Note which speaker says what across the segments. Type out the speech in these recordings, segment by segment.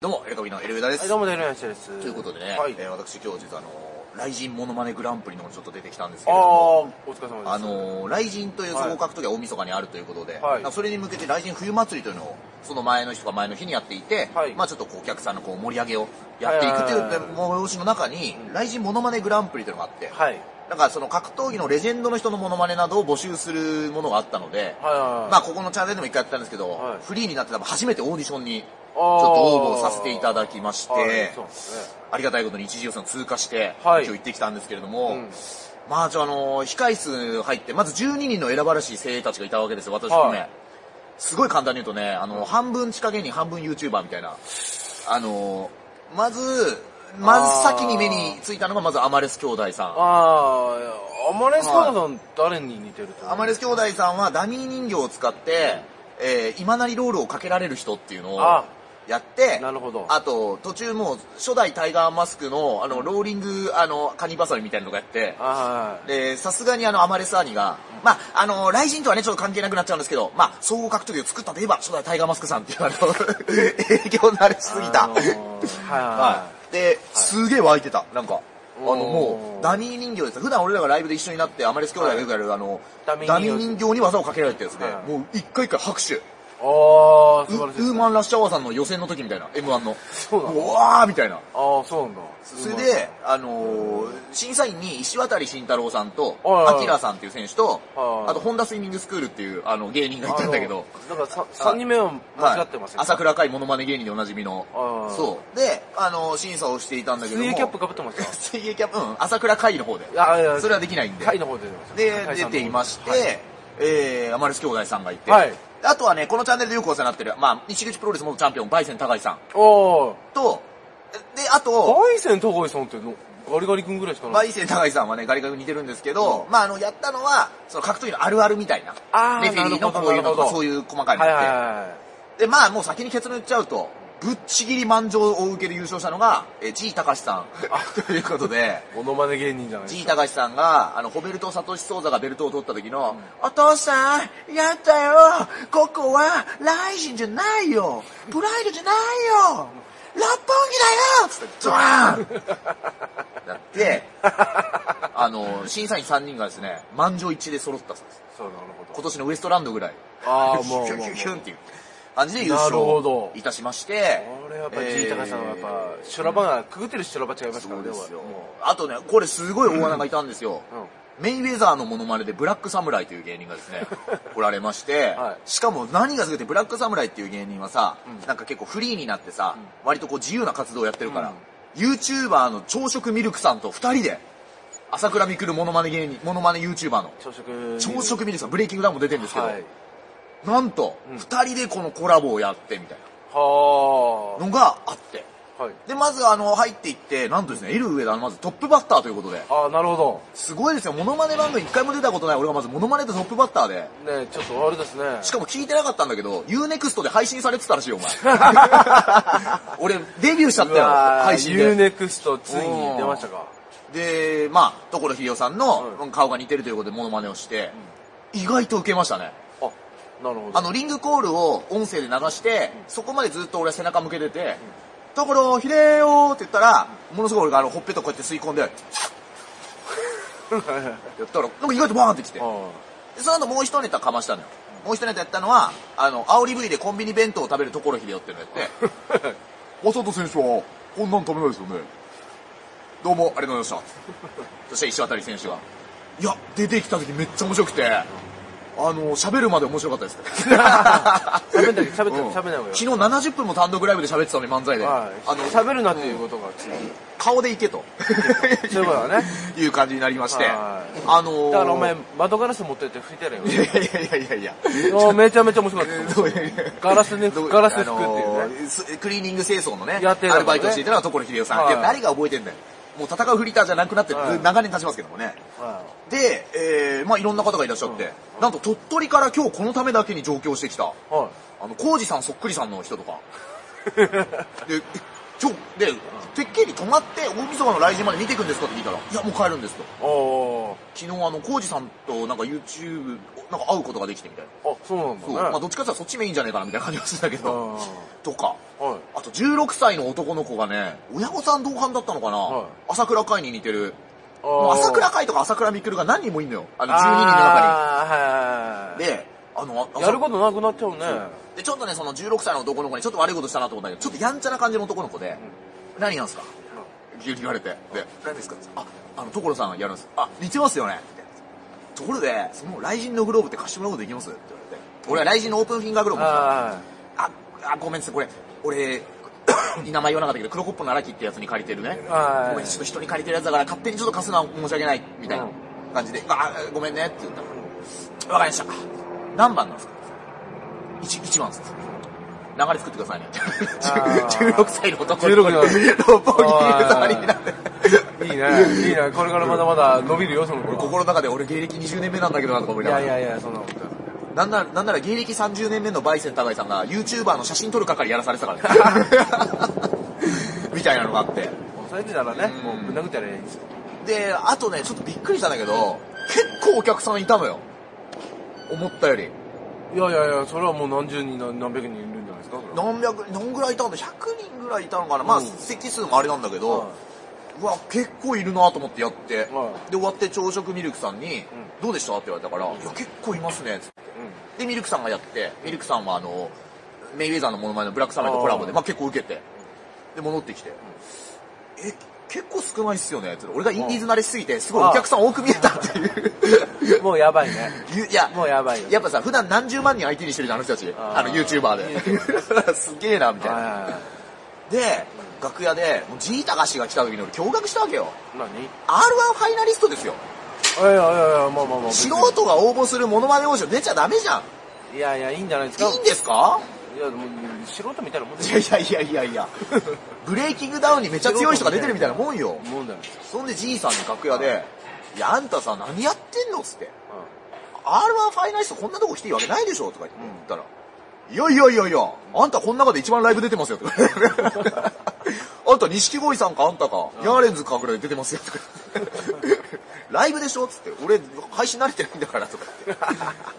Speaker 1: どうも、エルカビのエルベダです。
Speaker 2: はい、どうも、デルナシです。
Speaker 1: ということでね、
Speaker 2: はい。
Speaker 1: えー私今日実はあの、雷神モノマネグランプリの方にちょっと出てきたんですけ
Speaker 2: あ
Speaker 1: れ
Speaker 2: あ
Speaker 1: ども、、
Speaker 2: お疲れ様です。
Speaker 1: あ、のー、雷神という総格闘技は大晦日にあるということで、
Speaker 2: はい
Speaker 1: なんかそれに向けて雷神冬祭りというのを、その前の日とか前の日にやっていて、
Speaker 2: はい
Speaker 1: まあちょっとこうお客さんのこう盛り上げをやっていくという
Speaker 2: はいはいはい
Speaker 1: 催しの中に、雷神モノマネグランプリというのがあって、
Speaker 2: はい。
Speaker 1: なんかその格闘技のレジェンドの人のモノマネなどを募集するものがあったので、
Speaker 2: はいはいはい
Speaker 1: まあここのチャンネルでも一回やったんですけど、
Speaker 2: はい
Speaker 1: フリーになって多分初めてオーディションに
Speaker 2: ち
Speaker 1: ちょっと応
Speaker 2: ょ
Speaker 1: 募させていただきまして、
Speaker 2: はい、そうですね。
Speaker 1: ありがたいことに一次予選を通過して、
Speaker 2: はい
Speaker 1: 今日行ってきたんですけれども、
Speaker 2: うん
Speaker 1: まあ、じゃあ、あの、控室入って、まず12人の選ばれし精鋭たちがいたわけですよ、私もね。
Speaker 2: はい
Speaker 1: すごい簡単に言うとね、あの、半分地下芸人、半分 YouTuber みたいな。あの、まず、まず先に目についたのが、まずアマレス兄弟さん。
Speaker 2: ああ、アマレスカナさん、誰に似てると思う
Speaker 1: アマレス兄弟さんはダミー人形を使って、えー今なりロールをかけられる人っていうのを
Speaker 2: あ
Speaker 1: やって、
Speaker 2: なるほど
Speaker 1: あと、途中もう初代タイガーマスクの、あの、ローリング、あの、カニバサミみたいなのがやって、
Speaker 2: あはいはい。
Speaker 1: で、さすがにあの、アマレス兄が、まあ、あの、雷神とはね、ちょっと関係なくなっちゃうんですけど、まあ、総合格闘技を作ったといえば、初代タイガーマスクさんっていう、あ の、影響慣れしすぎた。
Speaker 2: あのーはいはいは
Speaker 1: はい。で、すげえ湧いてた、なんか。あの、
Speaker 2: おー
Speaker 1: もう、ダミー人形です。普段俺らがライブで一緒になって、アマレス兄弟がよくやる、あの、ダ
Speaker 2: ダ
Speaker 1: ミ
Speaker 2: ミー人形
Speaker 1: ー人形に技をかけられてですね、
Speaker 2: はい
Speaker 1: もう一回一回拍手。
Speaker 2: い。ああ、
Speaker 1: ウ
Speaker 2: 素晴らしいです
Speaker 1: ウー
Speaker 2: ね。
Speaker 1: マンラッシュアワーさんの予選の時みたいな、M1 の。
Speaker 2: そうなの
Speaker 1: わーみたいな。
Speaker 2: ああ、そうなんだ。
Speaker 1: それで、あのー審査員に石渡慎太郎さんと、
Speaker 2: はいはいはい
Speaker 1: アキラさんっていう選手と、
Speaker 2: はいはい
Speaker 1: あと、ホンダスイミングスクールっていう、あの、芸人がいたんだけど、
Speaker 2: あの。だからさ、3人目は間違ってません
Speaker 1: はい朝倉海モノマネ芸人でおなじみの
Speaker 2: はいはい。
Speaker 1: そう。で、あのー審査をしていたんだけども。
Speaker 2: 水泳キャップ被って ました
Speaker 1: 水泳キャップ、うん、朝倉海の方で。
Speaker 2: ああ、いや
Speaker 1: それはできないんで。
Speaker 2: 会の方で出てました。
Speaker 1: で、
Speaker 2: 会
Speaker 1: 出
Speaker 2: さんの方
Speaker 1: ていまして、
Speaker 2: はい
Speaker 1: えー、アマレス兄弟さんがいて、
Speaker 2: はい
Speaker 1: あとはね、このチャンネルでよくお世話になってる、まあ、西口プロレス元チャンピオン、バイセン高井さん
Speaker 2: おー、
Speaker 1: と、で、あと、
Speaker 2: バイセン高井さんってのガリガリ君ぐらいしかな
Speaker 1: バ
Speaker 2: い。
Speaker 1: イセン高井さんはね、ガリガリ似てるんですけど、まあ、あの、やったのは、その格闘技のあるあるみたいな、
Speaker 2: あー
Speaker 1: レフェリーの
Speaker 2: なるほ
Speaker 1: こ
Speaker 2: ど
Speaker 1: ういうのと
Speaker 2: なるほ
Speaker 1: か、
Speaker 2: ど
Speaker 1: そういう細かいの
Speaker 2: は
Speaker 1: っ
Speaker 2: い
Speaker 1: て、
Speaker 2: はいはい。
Speaker 1: で、まあ、もう先に結論言っちゃうと、ぶっちぎり満場を受けで優勝したのが、えー、G 高橋さん。 ということで、
Speaker 2: モノマネ芸人じゃないです
Speaker 1: G
Speaker 2: か。
Speaker 1: 高橋さんが、あの、ホベルト・サトシ・ソーザがベルトを取った時の、お父さん、やったよここは、ライジンじゃないよプライドじゃないよ六本木だよつって、ドワーンなって、あの、審査員3人がですね、満場一致で揃ったそうです。
Speaker 2: そう、なるほ
Speaker 1: 今
Speaker 2: ど。
Speaker 1: 年のウエストランドぐらい。
Speaker 2: ああ、
Speaker 1: ヒュ
Speaker 2: もう。
Speaker 1: ン
Speaker 2: も
Speaker 1: ヒュンヒュンヒュンって
Speaker 2: う
Speaker 1: いう感じで優
Speaker 2: なるほ
Speaker 1: 勝
Speaker 2: ど
Speaker 1: いたしまして。
Speaker 2: これやっぱ、
Speaker 1: えー
Speaker 2: G 高さんはやっぱ、修羅場が、くぐってる修羅場違います
Speaker 1: そ
Speaker 2: から
Speaker 1: う
Speaker 2: ね、
Speaker 1: ですよ
Speaker 2: 俺はも。
Speaker 1: あとね、これすごい大穴がいたんですよ。
Speaker 2: う。うん。
Speaker 1: メインウェザーのモノマネでブラックサムライという芸人がです ね、おられまして、
Speaker 2: はい
Speaker 1: しかも何がすごいってブラックサムライっていう芸人はさ、
Speaker 2: うん
Speaker 1: なんか結構フリーになってさ、割とこう自由な活動をやってるから、
Speaker 2: うん
Speaker 1: YouTuber の朝食ミルクさんと二人で、朝倉未来モノマネ芸人、モノマネ YouTuber の、
Speaker 2: 朝食。
Speaker 1: 朝食ミルクさん、ブレイキングダウンも出てるんですけど、
Speaker 2: はい。
Speaker 1: なんと、
Speaker 2: うん
Speaker 1: 二人でこのコラボをやってみたい
Speaker 2: は
Speaker 1: なのがあって、
Speaker 2: あ。はい。
Speaker 1: で、まずあの、入っていって、なんとですね、エル上田のまずトップバッターということで、
Speaker 2: ああ、なるほど。
Speaker 1: すごいですよ、モノマネ番組一回も出たことない俺がまずモノマネでトップバッターで、
Speaker 2: ねちょっとあれですね。
Speaker 1: しかも聞いてなかったんだけど、Unext で配信されてたらしいよ、お 前。俺、デビューしちゃった
Speaker 2: う
Speaker 1: よ、
Speaker 2: わー
Speaker 1: 配信で。
Speaker 2: u ネクストついに出ましたか。
Speaker 1: で、まあ、所秀夫さんの
Speaker 2: う
Speaker 1: 顔が似てるということでモノマネをして、意外と受けましたね。
Speaker 2: あ、なるほど。
Speaker 1: あの、リングコールを音声で流して、そこまでずっと俺は背中向けてて、だから、ひれよーって言ったら、ものすごい俺があの、ほっぺとこうやって吸い 込んで、やったら、なんか意外とバーンってきて、
Speaker 2: うん
Speaker 1: でその後もう一ネタかましたのよ。もう一ネタやったのは、あの、煽り V でコンビニ弁当を食べるところひでよっていうのやって、マサト選手は、こんなの食べないですよね。どうも、ありがとうございました。そして石渡選手が、いや、出てきた時めっちゃ面白くて、あの、喋るまで面白かったです。
Speaker 2: 喋んなきゃ喋んなきゃ
Speaker 1: うん
Speaker 2: 喋んない方がい
Speaker 1: 昨
Speaker 2: い
Speaker 1: 日70分も単独ライブで喋ってたのに漫才で。
Speaker 2: はい。
Speaker 1: あの、
Speaker 2: 喋るなっていうことが、
Speaker 1: 顔でいけと。
Speaker 2: そういうことだね。
Speaker 1: いう感じになりまして。
Speaker 2: は
Speaker 1: あ
Speaker 2: い
Speaker 1: のー、
Speaker 2: だからお前、窓ガラス持ってって拭いてやれよ
Speaker 1: い。やいやいやいやいや。
Speaker 2: あーめちゃめちゃ面白か ったです。ガラスで、ガラスで拭くっていうね。
Speaker 1: ね。クリーニング清掃のね、
Speaker 2: やって
Speaker 1: ア
Speaker 2: た
Speaker 1: ル
Speaker 2: もんね
Speaker 1: バイトしていたのは所秀夫さん。
Speaker 2: はい
Speaker 1: いや、誰が覚えてんだよ。もう戦うフリーターじゃなくなって、
Speaker 2: はい
Speaker 1: 長年経ちますけどもね。
Speaker 2: は
Speaker 1: で、えー、まあいろんな方がいらっしゃって、なんと鳥取から今日このためだけに上京してきた、
Speaker 2: い。はい。
Speaker 1: あの、浩二さんそっくりさんの人とか。で、えちょ、で、てっきり泊まって大晦日の来人まで見ていくんですかって聞いたら、いや、もう帰るんですと。
Speaker 2: あ
Speaker 1: 昨日あの、コウジさんとなんか YouTube、なんか会うことができてみたいな。
Speaker 2: あ。あ、そうなんだ、
Speaker 1: そ
Speaker 2: ね。
Speaker 1: う。まあ、どっちかっていうとそっちメインじゃねえかなみたいな感じがしてたけど。とか。
Speaker 2: あーはい。
Speaker 1: あと16歳の男の子がね、親御さん同伴だったのかな、
Speaker 2: はい
Speaker 1: 朝倉海に似てる。
Speaker 2: あ
Speaker 1: もう
Speaker 2: ー
Speaker 1: 朝倉海とか朝倉未来が何人もいんのよ。あの12人の中
Speaker 2: あーはい
Speaker 1: に。で、あの、あ
Speaker 2: はいはい。やることなくなっちゃうね。
Speaker 1: で、ちょっとね、その16歳の男の子にちょっと悪いことしたなと思ったけど、ちょっとやんちゃな感じの男の子で、何なんすかって言われて、で、何ですかあ、あの、所さんやるんです。あ、似てますよねみたいなところで、その雷神のグローブって貸してもらうことできますって言われて、俺は雷神のオープンフィンガーグローブ持ってたの
Speaker 2: あ
Speaker 1: あ、あ、ごめんなさい、これ、俺、 名前言わなかったけど、黒コップの荒木ってやつに借りてるね。
Speaker 2: はい
Speaker 1: ごめん、ちょっと人に借りてるやつだから、勝手にちょっと貸すのは申し訳ない、みたいな
Speaker 2: うん
Speaker 1: 感じで、あ、ごめんねって言ったら、わかりました。何番なんですか ?1、一番です。流れ作ってくださいね。
Speaker 2: あ ー
Speaker 1: 16歳の男
Speaker 2: 16の
Speaker 1: 六本木にいる隣になって。
Speaker 2: あ。いいね。いいね。これからまだまだ伸びるよ、その子は
Speaker 1: 心の中で俺芸歴20年目なんだけどなとか思い
Speaker 2: い
Speaker 1: なが
Speaker 2: や
Speaker 1: ら。
Speaker 2: いやいや、そんなことない
Speaker 1: なんなら、なんなら芸歴30年目のバイセン高井さんが YouTuber の写真撮る係やらされてたからね。 みたいなのがあって。
Speaker 2: 抑えてたらね
Speaker 1: う、ん
Speaker 2: もうぶん殴ったらいいんですよ。
Speaker 1: で、あとね、ちょっとびっくりしたんだけど、結構お客さんいたのよ。思ったより。
Speaker 2: いやいやいや、それはもう何十人、何何百人いるんじゃないですか、それは。
Speaker 1: 何百、何ぐらいいたんだ ?100 人ぐらいいたのかなまあ、
Speaker 2: うん
Speaker 1: 席数もあれなんだけど、
Speaker 2: は
Speaker 1: うわ、結構いるなと思ってやって、
Speaker 2: は
Speaker 1: で、終わって朝食ミルクさんに、どうでしたって言われたから、いや、結構いますね、つって。で、ミルクさんがやって、ミルクさんはあの、メイウェザーのモノマネのブラックサマーとコラボで、
Speaker 2: あー
Speaker 1: まあ結構受けて、で、戻ってきて、え、結構少ないっすよね、つって俺がインディーズ慣れしすぎて、すごいお客さん多く見えたっていう。
Speaker 2: うんもうやばいね。
Speaker 1: ゆ いや、
Speaker 2: もうやばいよ
Speaker 1: やっぱさ、普段何十万人相手にしてるじゃん、あの人たち。
Speaker 2: あー
Speaker 1: あの、YouTuber で。 すげえな、みたいな。
Speaker 2: は
Speaker 1: で、楽屋で、もうジータガシが来た時に俺驚愕したわけよ。
Speaker 2: い。何
Speaker 1: R1 ファイナリストですよ。
Speaker 2: いやいやいや、まあまあまあ。
Speaker 1: 素人が応募するモノマネ王将出ちゃダメじゃん。
Speaker 2: いやいや、いいんじゃないですか。
Speaker 1: いいんですか
Speaker 2: いや、もう、素人みたいなもんで
Speaker 1: い
Speaker 2: す
Speaker 1: や
Speaker 2: よ。
Speaker 1: いやいやいやいや。ブレイキングダウンにめっちゃ強い人が出てるみたいなもんよ。
Speaker 2: もんじゃないですか。
Speaker 1: そんでじいさんに楽屋で、いや、あんたさ、何やってんのっつって。R1 ファイナリストこんなとこ来ていいわけないでしょとか言ったら、いやいやいやいや、あんたこの中で一番ライブ出てますよと か。あんた錦鯉さんかあんたか、ヤーレンズかぐらい出てますよとか。ライブでしょつって、俺配信慣れてないんだからとかって。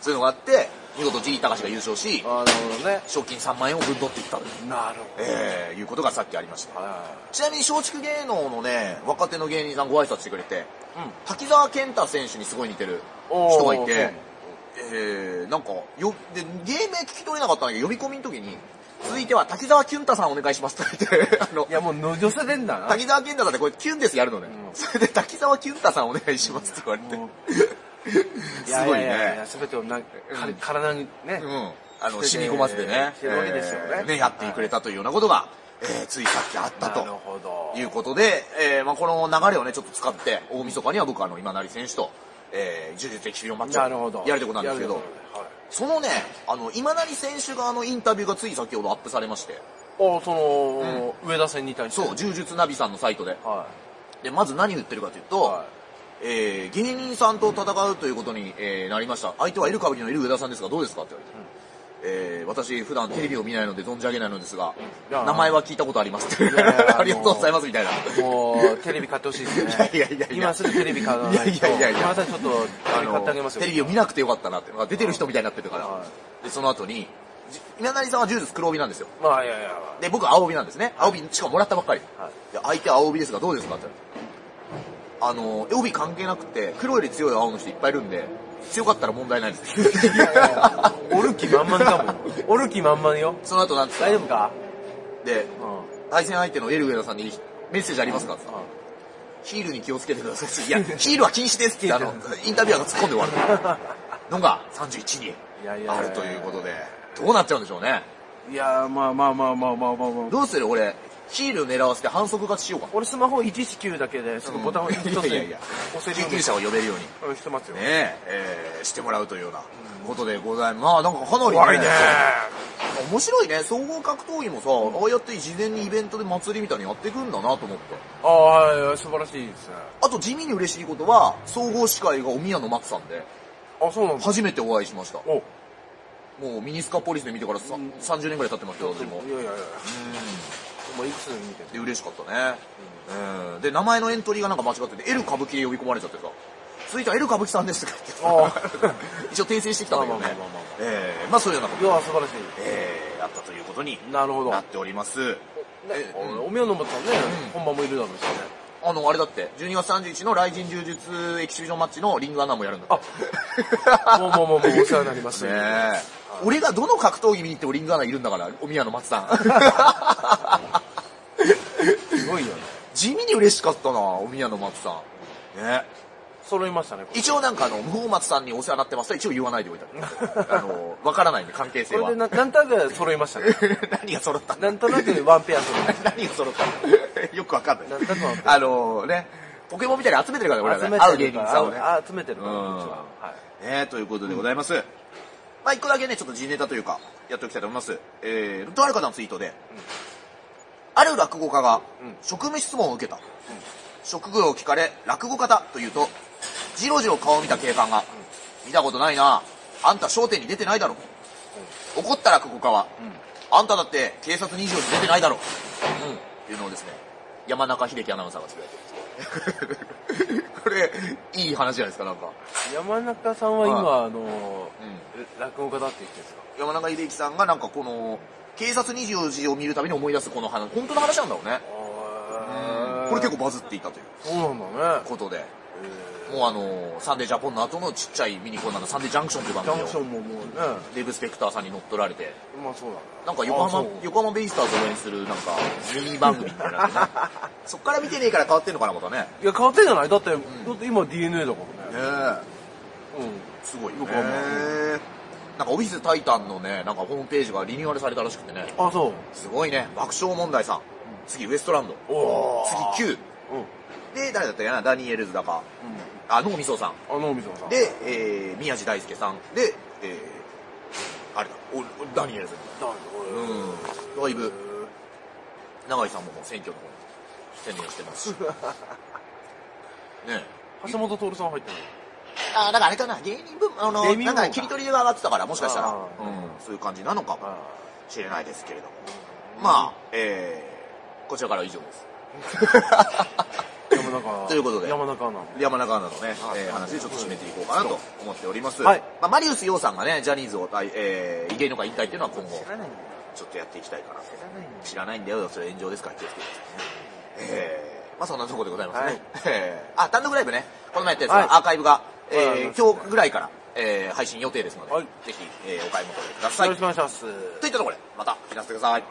Speaker 1: そういうのがあって、見事ジータカシが優勝し、
Speaker 2: ああ、なるほどね。
Speaker 1: 賞金3万円をぶん取っていったという、
Speaker 2: なるほ
Speaker 1: えーいうことがさっきありました。
Speaker 2: ど。は
Speaker 1: ちなみに松竹芸能のね、若手の芸人さんご挨拶してくれて、
Speaker 2: い。うん。
Speaker 1: 滝沢健太選手にすごい似てる
Speaker 2: おー
Speaker 1: 人がい
Speaker 2: そう
Speaker 1: て、えー、なんかよで、芸名聞き取れなかったんだけど、呼び込みの時に、続いては滝沢キュン太さんお願いしますって言って、 あの
Speaker 2: い、や、もう、の寄せてんだな。
Speaker 1: 滝沢健太さんってこれキュンですやるのね。
Speaker 2: うん
Speaker 1: それで滝沢キュン太さんお願いしますって言われて、
Speaker 2: も
Speaker 1: すごいね。
Speaker 2: ややや。すべてをな、か体にね。
Speaker 1: うん。あの、
Speaker 2: それ
Speaker 1: 染
Speaker 2: で
Speaker 1: み込ませてね。
Speaker 2: 広げですよね
Speaker 1: えーね、やってくれたというようなことが、えーついさっきあった
Speaker 2: な
Speaker 1: と。
Speaker 2: るほど。
Speaker 1: いうことで、えーまあ、この流れをね、ちょっと使って、大晦日には僕、あの、今成選手と、えー、呪術的修行マッチ
Speaker 2: なるほど
Speaker 1: を。やるということなんですけ
Speaker 2: や
Speaker 1: ど
Speaker 2: る、ということではい
Speaker 1: そのね、あの、今成選手側のインタビューがつい先ほどアップされまして、
Speaker 2: あその、上田戦に対して。
Speaker 1: そう、呪術ナビさんのサイトで。
Speaker 2: は
Speaker 1: で、まず何言ってるかという
Speaker 2: い。
Speaker 1: と、
Speaker 2: は
Speaker 1: えー、芸人さんと戦うということに、えーなりました。相手はいる歌舞伎のいる上田さんですが、どうですかって言われて。えー、私、普段テレビを見ないので存じ上げないのですが、
Speaker 2: いや
Speaker 1: 名前は聞いたことありますって。
Speaker 2: いやいや
Speaker 1: ありがとうございます、みたいな。
Speaker 2: い。もう、テレビ買ってほしいですね。
Speaker 1: いやいやいや
Speaker 2: 今すぐテレビ買わないと。
Speaker 1: いやいやいやいや
Speaker 2: またちょっと、あ
Speaker 1: あ
Speaker 2: れ
Speaker 1: の
Speaker 2: 買ってあげますよ。
Speaker 1: テレビを見なくてよかったなって、まあ出てる人みたいになってるから、
Speaker 2: は
Speaker 1: でその後にじ稲成さんは柔術黒帯なんですよ
Speaker 2: まあ、いやいや。
Speaker 1: で僕は青帯なんですね青帯しかももらったばっかり、
Speaker 2: はい
Speaker 1: で相手は青帯ですがどうですかってあのえ帯関係なくて黒より強い青の人いっぱいいるんで強かったら問題ないです
Speaker 2: おる気満々だもん。おる気満々よ。
Speaker 1: その後なんですか
Speaker 2: 大丈夫か
Speaker 1: で
Speaker 2: うん。
Speaker 1: 対戦相手のエルウェラさんにメッセージありますかってヒールに気をつけてくださいってい やヒールは禁止ですってあのインタビュアーが突っ込んで終わるのが31人
Speaker 2: いやいやいや
Speaker 1: あるということでどうなっちゃうんでしょうね
Speaker 2: いやー、まあまあまあまあまあまあまあ。
Speaker 1: どうする俺、ヒール狙わせて反則勝ちしようか。
Speaker 2: 俺スマホ119だけで、そのボタンを一つ
Speaker 1: い
Speaker 2: に
Speaker 1: や
Speaker 2: 押
Speaker 1: いやいや、
Speaker 2: せる
Speaker 1: 救
Speaker 2: よう
Speaker 1: 急
Speaker 2: に
Speaker 1: 車を呼べるように。
Speaker 2: うんしてますよ。
Speaker 1: ねえ、えーしてもらうというようなことでございます。まあなんかかなり、
Speaker 2: 怖いね。
Speaker 1: 面白いね。総合格闘技もさ、ああやって事前にイベントで祭りみたいにやっていくんだなと思っ
Speaker 2: ああ、はい素晴らしいですね。
Speaker 1: た。あと地味に嬉しいことは、総合司会がお宮野真紀さんで、
Speaker 2: あ、そうなんだ。
Speaker 1: 初めてお会いしました。
Speaker 2: お、
Speaker 1: もうミニスカポリスで見てからさ30年くらい経ってますけど、私も。
Speaker 2: いやいやいや。もういくつみたいな
Speaker 1: で、嬉しかったね。うん。で、名前のエントリーがなんか間違ってて、L 歌舞伎で呼び込まれちゃってさ、続いては L 歌舞伎さんですとか言って 一応訂正してきたんだけどね
Speaker 2: まあまあまあまあまあ。
Speaker 1: ええまあそういうようなこ
Speaker 2: い
Speaker 1: とが
Speaker 2: や素晴らし
Speaker 1: ええあったということに
Speaker 2: いなるほど
Speaker 1: なっております。え
Speaker 2: ねおみおのもさんね本番もいるだろうしね
Speaker 1: あの、あれだって、12月31日の雷神柔術エキシビションマッチのリングアナもやるんだって。
Speaker 2: あもうもうもうもうお世話になります
Speaker 1: ねえ。俺がどの格闘技見に行ってもリングアナいるんだから、お宮の松さん。
Speaker 2: すごいよね
Speaker 1: 地味に嬉しかったな、お宮の松さん。ね
Speaker 2: 揃いましたねこれ
Speaker 1: 一応なんかあの、無法松さんにお世話になってますとは一応言わないでおいた けど。あの、わからないんで、関係性
Speaker 2: こ
Speaker 1: は
Speaker 2: れで。ななんとなく揃いましたね
Speaker 1: 何が揃ったんだ
Speaker 2: なんとなくワンペア揃いまし
Speaker 1: 何が揃った んだよくわかんない
Speaker 2: なんとなくワンペ
Speaker 1: あのね、ポケモンみたいに集めてるから、俺
Speaker 2: ア
Speaker 1: はね。
Speaker 2: 集め
Speaker 1: 会う芸
Speaker 2: てるか
Speaker 1: 人
Speaker 2: ら
Speaker 1: さんをね。
Speaker 2: あ集めてるから
Speaker 1: うん
Speaker 2: こっちははい
Speaker 1: ねということでございます。まあ一個だけね、ちょっと G ネタというか、やっておきたいと思います。えー、とある方のツイートで、ある落語家が、
Speaker 2: うん
Speaker 1: 職務質問を受けた。職業を聞かれ、落語家だと言うと、じろじろ顔を見た警官が、見たことないな。あんた商店に出てないだろ。怒った落語家は、あんただって警察24時出てないだろ。っていうのをですね、山中秀樹アナウンサーがつぶやいてるんですよ これ、いい話じゃないですか、なんか。
Speaker 2: 山中さんは今あ
Speaker 1: う
Speaker 2: の
Speaker 1: ん
Speaker 2: え落語家だって言ってるんですか
Speaker 1: 山中秀樹さんがなんかこの、警察24時を見るたびに思い出すこの話、本当の話なんだろうね。これ結構バズっていたという
Speaker 2: 構そうなんだね
Speaker 1: ことで、
Speaker 2: え
Speaker 1: もうあの、サンデージャポンの後のちっちゃいミニコーナーのサンデージャンクションという番
Speaker 2: ージャン
Speaker 1: 組
Speaker 2: クショ
Speaker 1: を、
Speaker 2: ンももうね
Speaker 1: デーブ・スペクターさんに乗っ取られて、
Speaker 2: まあそうだ
Speaker 1: なんか横
Speaker 2: あ
Speaker 1: 浜
Speaker 2: そう、
Speaker 1: 横浜ベイスターズを応援するなんか、ミニ番組みたいなのね。 そっから見てねえから変わってんのかな、またね。
Speaker 2: いや変わってんじゃないだってだって今 DNA だからね
Speaker 1: ね
Speaker 2: うん
Speaker 1: え、すごいよ
Speaker 2: 横
Speaker 1: ね
Speaker 2: 浜。
Speaker 1: なんかオフィスタイタンのね、なんかホームページがリニューアルされたらしくてね。
Speaker 2: あ、そう。
Speaker 1: すごいね、爆笑問題さん。次、ウエストランド。
Speaker 2: おー。
Speaker 1: 次、9。
Speaker 2: うん。うん。
Speaker 1: で、誰だったかなダニエルズだか。あ、脳みそさん。
Speaker 2: あの、みそさん。、
Speaker 1: で、えー、宮地大輔さん。で、えー、あれだ、おおダニエルズ。
Speaker 2: なん
Speaker 1: うん。だいぶ、永井さんももう選挙の方に専念してますし。ねえ。
Speaker 2: 橋本徹さん入ってない。
Speaker 1: あ、だからあれかな、芸人分、あの
Speaker 2: 芸人部門か
Speaker 1: なんか切り取りで上がってたから、もしかしたら、
Speaker 2: あ
Speaker 1: う
Speaker 2: ー
Speaker 1: ん、そういう感じなのかも
Speaker 2: あ
Speaker 1: しれないですけれども。
Speaker 2: あ
Speaker 1: まあ、えー、こちらからは以上 です。
Speaker 2: 山中。
Speaker 1: ということで
Speaker 2: 山中アナ。
Speaker 1: 山中アナのね、
Speaker 2: はい
Speaker 1: えー話でちょっと締めていこうかなと思っております。
Speaker 2: はい
Speaker 1: まあ、マリウス洋さんがね、ジャニーズを退、えー、芸能界引退っていうのは今後、
Speaker 2: ないんだよ。
Speaker 1: ちょっとやっていきたいかなと。
Speaker 2: 知らないんだよ
Speaker 1: 知らないんだよ、それ炎上ですから気をつけてくださいね。えー、まあそんなところでございますね。
Speaker 2: はい
Speaker 1: えーあ、単独ライブね、この前やったやつは、
Speaker 2: はい
Speaker 1: アーカイブが、えー
Speaker 2: はい
Speaker 1: 今日ぐらいから、えー配信予定ですので、
Speaker 2: はい
Speaker 1: ぜひ、えーお買い求めくださ
Speaker 2: よ
Speaker 1: い。
Speaker 2: ろしくお願いします。
Speaker 1: といったところで、また、聞らせてください。